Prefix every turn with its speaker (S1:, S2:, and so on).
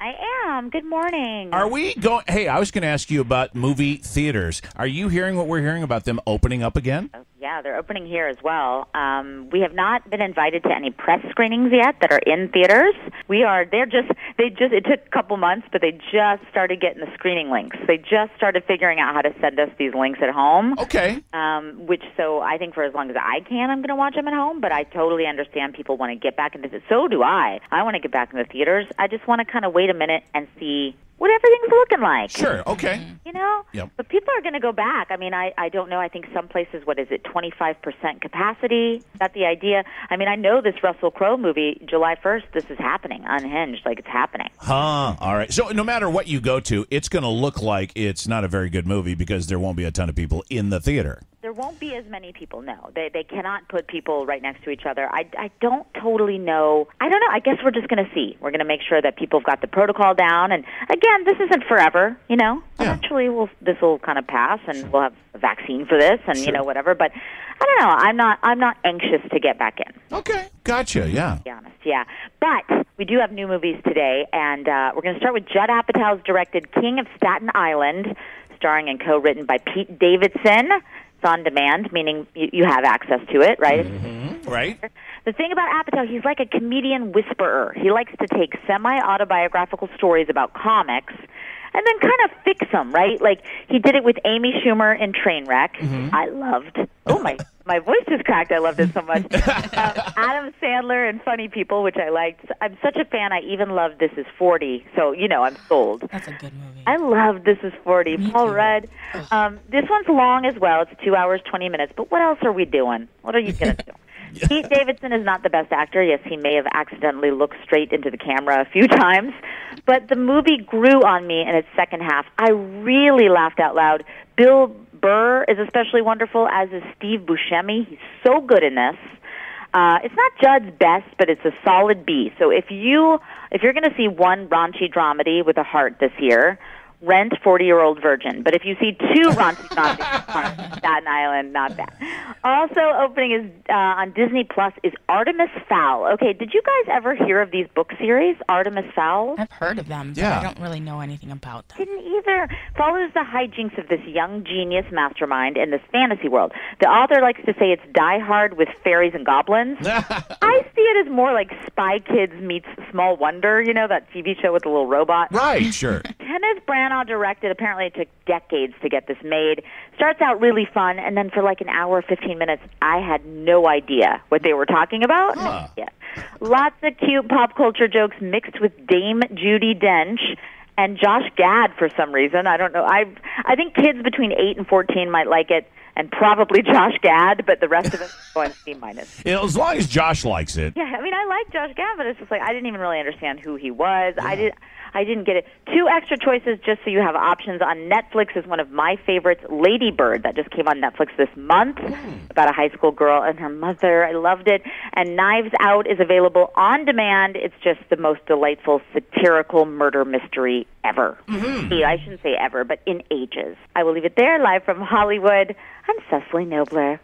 S1: I am. Good morning.
S2: Are we going? Hey, I was going to ask you about movie theaters. Are you hearing what we're hearing about them opening up again?
S1: yeah, they're opening here as well. Um, we have not been invited to any press screenings yet that are in theaters. We are. They're just. They just. It took a couple months, but they just started getting the screening links. They just started figuring out how to send us these links at home.
S2: Okay.
S1: Um, which so I think for as long as I can, I'm going to watch them at home. But I totally understand people want to get back into. The, so do I. I want to get back in the theaters. I just want to kind of wait a minute and see what everything's looking like.
S2: Sure. Okay.
S1: You know?
S2: Yep.
S1: But people are going to go back. I mean, I, I don't know. I think some places, what is it, 25% capacity? Is that the idea? I mean, I know this Russell Crowe movie, July 1st, this is happening, unhinged, like it's happening.
S2: Huh. All right. So no matter what you go to, it's going to look like it's not a very good movie because there won't be a ton of people in the theater.
S1: There won't be as many people, no. They, they cannot put people right next to each other. I, I don't totally know. I don't know. I guess we're just going to see. We're going to make sure that people have got the protocol down. And again, this isn't forever, you know?
S2: Yeah.
S1: Eventually, we'll, this will kind of pass and we'll have a vaccine for this and, you know, whatever. But I don't know. I'm not, I'm not anxious to get back in.
S2: Okay. Gotcha. Yeah.
S1: be honest, yeah. But we do have new movies today, and uh, we're going to start with Judd Apatow's directed King of Staten Island, starring and co-written by Pete Davidson. It's on demand, meaning you, you have access to it, right?
S2: Right.
S1: The thing about Apatow, he's like a comedian whisperer. He likes to take semi-autobiographical stories about comics and then kind of fix them, right? Like he did it with Amy Schumer in Trainwreck. I loved. Oh my, my voice just cracked. I loved it so much. um, Adam Sandler and Funny People, which I liked. I'm such a fan. I even loved This Is 40. So you know, I'm sold.
S3: That's a good movie.
S1: I love This Is 40. Paul Rudd. Um, this one's long as well. It's two hours, 20 minutes. But what else are we doing? What are you going to do? Pete Davidson is not the best actor. Yes, he may have accidentally looked straight into the camera a few times. But the movie grew on me in its second half. I really laughed out loud. Bill Burr is especially wonderful, as is Steve Buscemi. He's so good in this. Uh, it's not Judd's best, but it's a solid B. So if you if you're going to see one raunchy dramedy with a heart this year, rent Forty Year Old Virgin. But if you see two raunchy dramedies with a heart, Staten Island, not bad. Also opening is uh, on Disney Plus is Artemis Fowl. Okay, did you guys ever hear of these book series, Artemis Fowl?
S3: I've heard of them, but
S2: Yeah.
S3: I don't really know anything about them.
S1: didn't either. Follows the hijinks of this young genius mastermind in this fantasy world. The author likes to say it's Die Hard with fairies and goblins. I see it as more like Spy Kids meets Small Wonder, you know, that TV show with the little robot.
S2: Right. Sure.
S1: Kenneth Branagh directed. Apparently, it took decades to get this made. Starts out really fun, and then for like an hour, fifteen minutes, I had no idea what they were talking about. Yeah, lots of cute pop culture jokes mixed with Dame Judy Dench and Josh Gad for some reason. I don't know. I I think kids between eight and fourteen might like it, and probably Josh Gad, but the rest of us are going C minus.
S2: as long as Josh likes it.
S1: Yeah, I mean, I like Josh Gad, but it's just like I didn't even really understand who he was. I did, I didn't get it. Two extra choices, just so you have options on Netflix, is one of my favorites, Lady Bird, that just came on Netflix this month, about a high school girl and her mother. I loved it. And Knives Out is available on demand. It's just the most delightful satirical murder mystery ever. Yeah, I shouldn't say ever, but in ages. I will leave it there. Live from Hollywood, I'm Cecily Nobler.